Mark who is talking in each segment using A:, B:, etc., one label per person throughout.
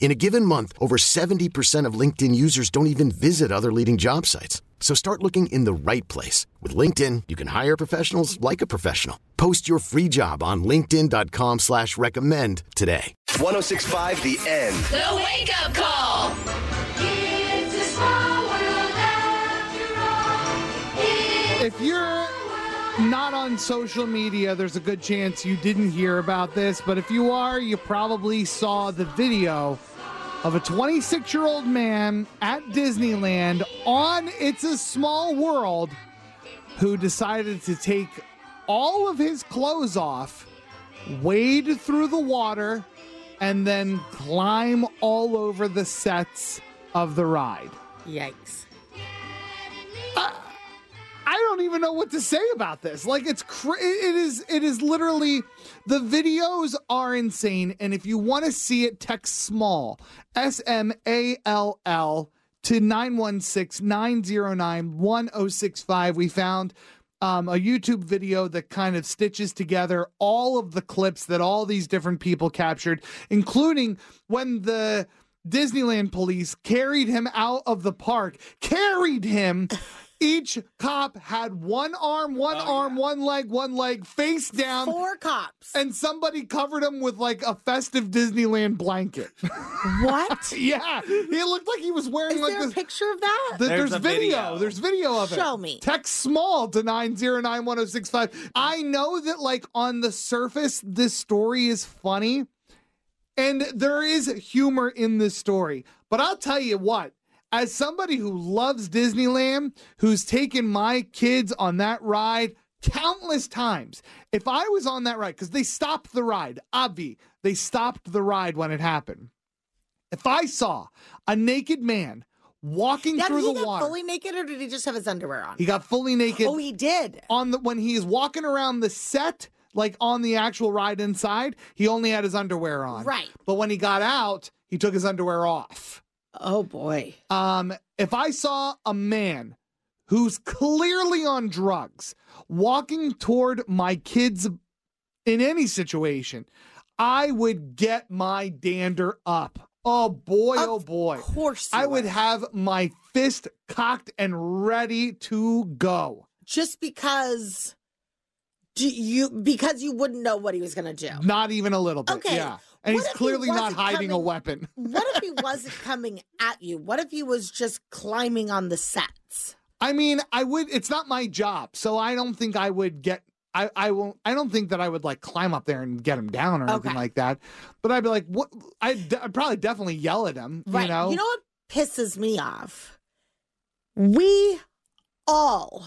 A: In a given month, over 70% of LinkedIn users don't even visit other leading job sites. So start looking in the right place. With LinkedIn, you can hire professionals like a professional. Post your free job on linkedin.com slash recommend today.
B: 1065 The End.
C: The wake up call. It's a small world after all. It's
D: If you're not on social media, there's a good chance you didn't hear about this, but if you are, you probably saw the video of a 26 year old man at Disneyland on It's a Small World who decided to take all of his clothes off, wade through the water, and then climb all over the sets of the ride.
E: Yikes.
D: I don't even know what to say about this. Like it's cr- it is it is literally the videos are insane and if you want to see it text small S M A L L to 916-909-1065. We found um, a YouTube video that kind of stitches together all of the clips that all these different people captured, including when the Disneyland police carried him out of the park, carried him. Each cop had one arm, one arm, one leg, one leg, face down,
E: Oh, Four cops.
D: and somebody covered him with like a festive Disneyland blanket.
E: What?
D: yeah, he looked like he was wearing
E: Is
D: like
E: there
D: this.
E: a picture of that?
D: Th- there's, video. There's video of it.
E: Show me.
D: Text small to 9091065. I know that like on the surface this story is funny and there is humor in this story. But I'll tell you what, as somebody who loves Disneyland, who's taken my kids on that ride countless times, if I was on that ride cuz they stopped the ride, obvi, they stopped the ride when it happened. If I saw a naked man walking
E: now,
D: through
E: did he
D: the
E: get
D: water,
E: fully naked or did he just have his underwear on?
D: he got fully naked
E: oh, he did.
D: on the when he is walking around the set, like on the actual ride inside. He only had his underwear on.
E: Right.
D: But when he got out, he took his underwear off.
E: Oh, boy.
D: Um, if I saw a man who's clearly on drugs walking toward my kids in any situation, I would get my dander up. Oh boy, oh
E: Of
D: boy.
E: Of course. you
D: I would have my fist cocked and ready to go.
E: Just because. Do you because you wouldn't know what he was gonna do.
D: Not even a little bit.
E: Okay,
D: Yeah. And
E: what
D: he's
E: if he
D: clearly not
E: wasn't
D: hiding a
E: coming-
D: weapon.
E: What if he wasn't coming at you? What if he was just climbing on the sets?
D: I mean, I would it's not my job, so I don't think I would get I, I won't I don't think that I would like climb up there and get him down or anything
E: Okay.
D: like that. But I'd be like, what I'd, I'd probably definitely yell at him.
E: Right.
D: You know?
E: what pisses me off? We all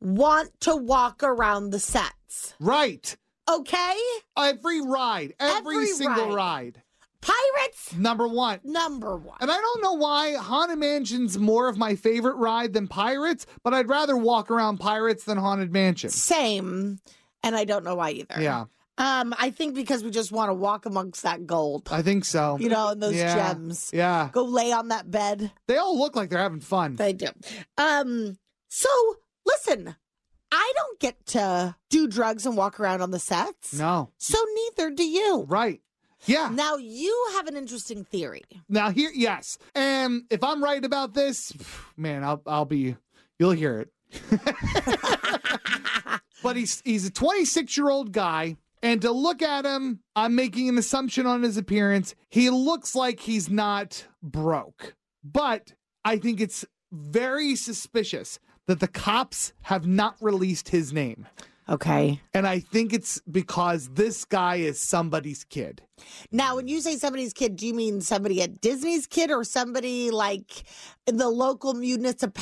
E: want to walk around the sets.
D: Right.
E: Okay?
D: Every ride. Every,
E: Every
D: single ride.
E: Pirates
D: Number one.
E: number one.
D: And I don't know why Haunted Mansion's more of my favorite ride than Pirates, but I'd rather walk around Pirates than Haunted Mansion.
E: Same. And I don't know why either.
D: Yeah,
E: Um, I think because we just want to walk amongst that gold,
D: I think so.
E: you know, and those
D: Oh, Yeah.
E: gems.
D: Yeah.
E: Go lay on that bed.
D: They all look like they're having fun.
E: They do. Um, so listen, I don't get to do drugs and walk around on the sets.
D: No.
E: So neither do you.
D: Right. Yeah.
E: Now you have an interesting theory.
D: Now here, yes. And if I'm right about this, man, I'll I'll be you'll hear it. but he's he's a 26 year old guy, and to look at him, I'm making an assumption on his appearance. He looks like he's not broke, but I think it's very suspicious that the cops have not released his name.
E: Okay.
D: And I think it's because this guy is somebody's kid.
E: Now, when you say somebody's kid, do you mean somebody at Disney's kid or somebody like in the local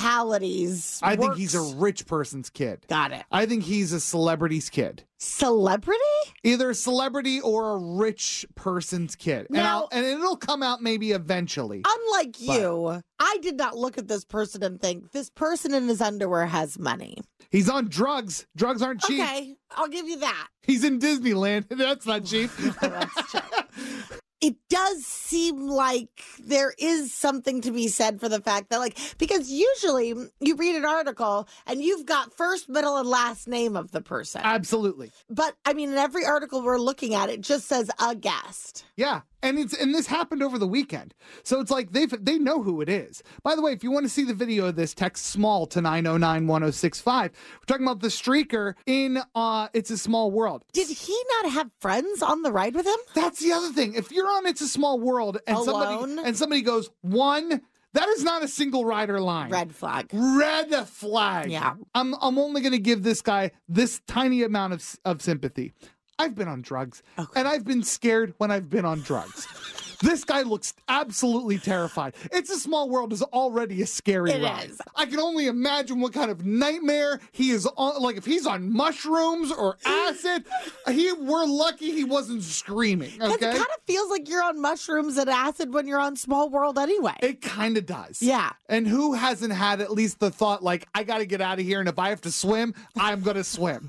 E: municipalities?
D: I think he's a
E: works-
D: rich person's kid.
E: Got it.
D: I think he's a celebrity's kid.
E: Celebrity?
D: Either a celebrity or a rich person's kid. And,
E: Now-
D: I'll- and it'll come out maybe eventually.
E: Unlike you, I did not look at this person and think this person in his underwear has money.
D: He's on drugs. Drugs aren't cheap.
E: Okay, I'll give you that.
D: He's in Disneyland. That's not cheap.
E: That's true. It does seem like there is something to be said for the fact that, like, because usually you read an article and you've got first, middle, and last name of the person.
D: Absolutely.
E: but I mean, in every article we're looking at, it just says a guest.
D: Yeah, and it's and this happened over the weekend, so it's like they they know who it is. By the way, if you want to see the video of this, text small to nine zero nine one zero six five. We're talking about the streaker in uh, it's a small world.
E: Did he not have friends on the ride with him?
D: That's the other thing. If you're on it's a small world and
E: Alone?
D: somebody and somebody goes one, that is not a single rider line.
E: Red flag.
D: Red flag.
E: Yeah.
D: I'm I'm only going to give this guy this tiny amount of s- of sympathy. I've been on drugs
E: Okay.
D: and I've been scared when I've been on drugs. this guy looks absolutely terrified. It's a small world is already a scary
E: It
D: ride.
E: is.
D: I can only imagine what kind of nightmare he is on like if he's on mushrooms or acid, he we're lucky he wasn't screaming,
E: Because
D: okay?
E: it kind of feels like you're on mushrooms and acid when you're on Small World anyway.
D: It kind of does.
E: Yeah.
D: And who hasn't had at least the thought, like, I got to get out of here, and if I have to swim, I'm going to swim.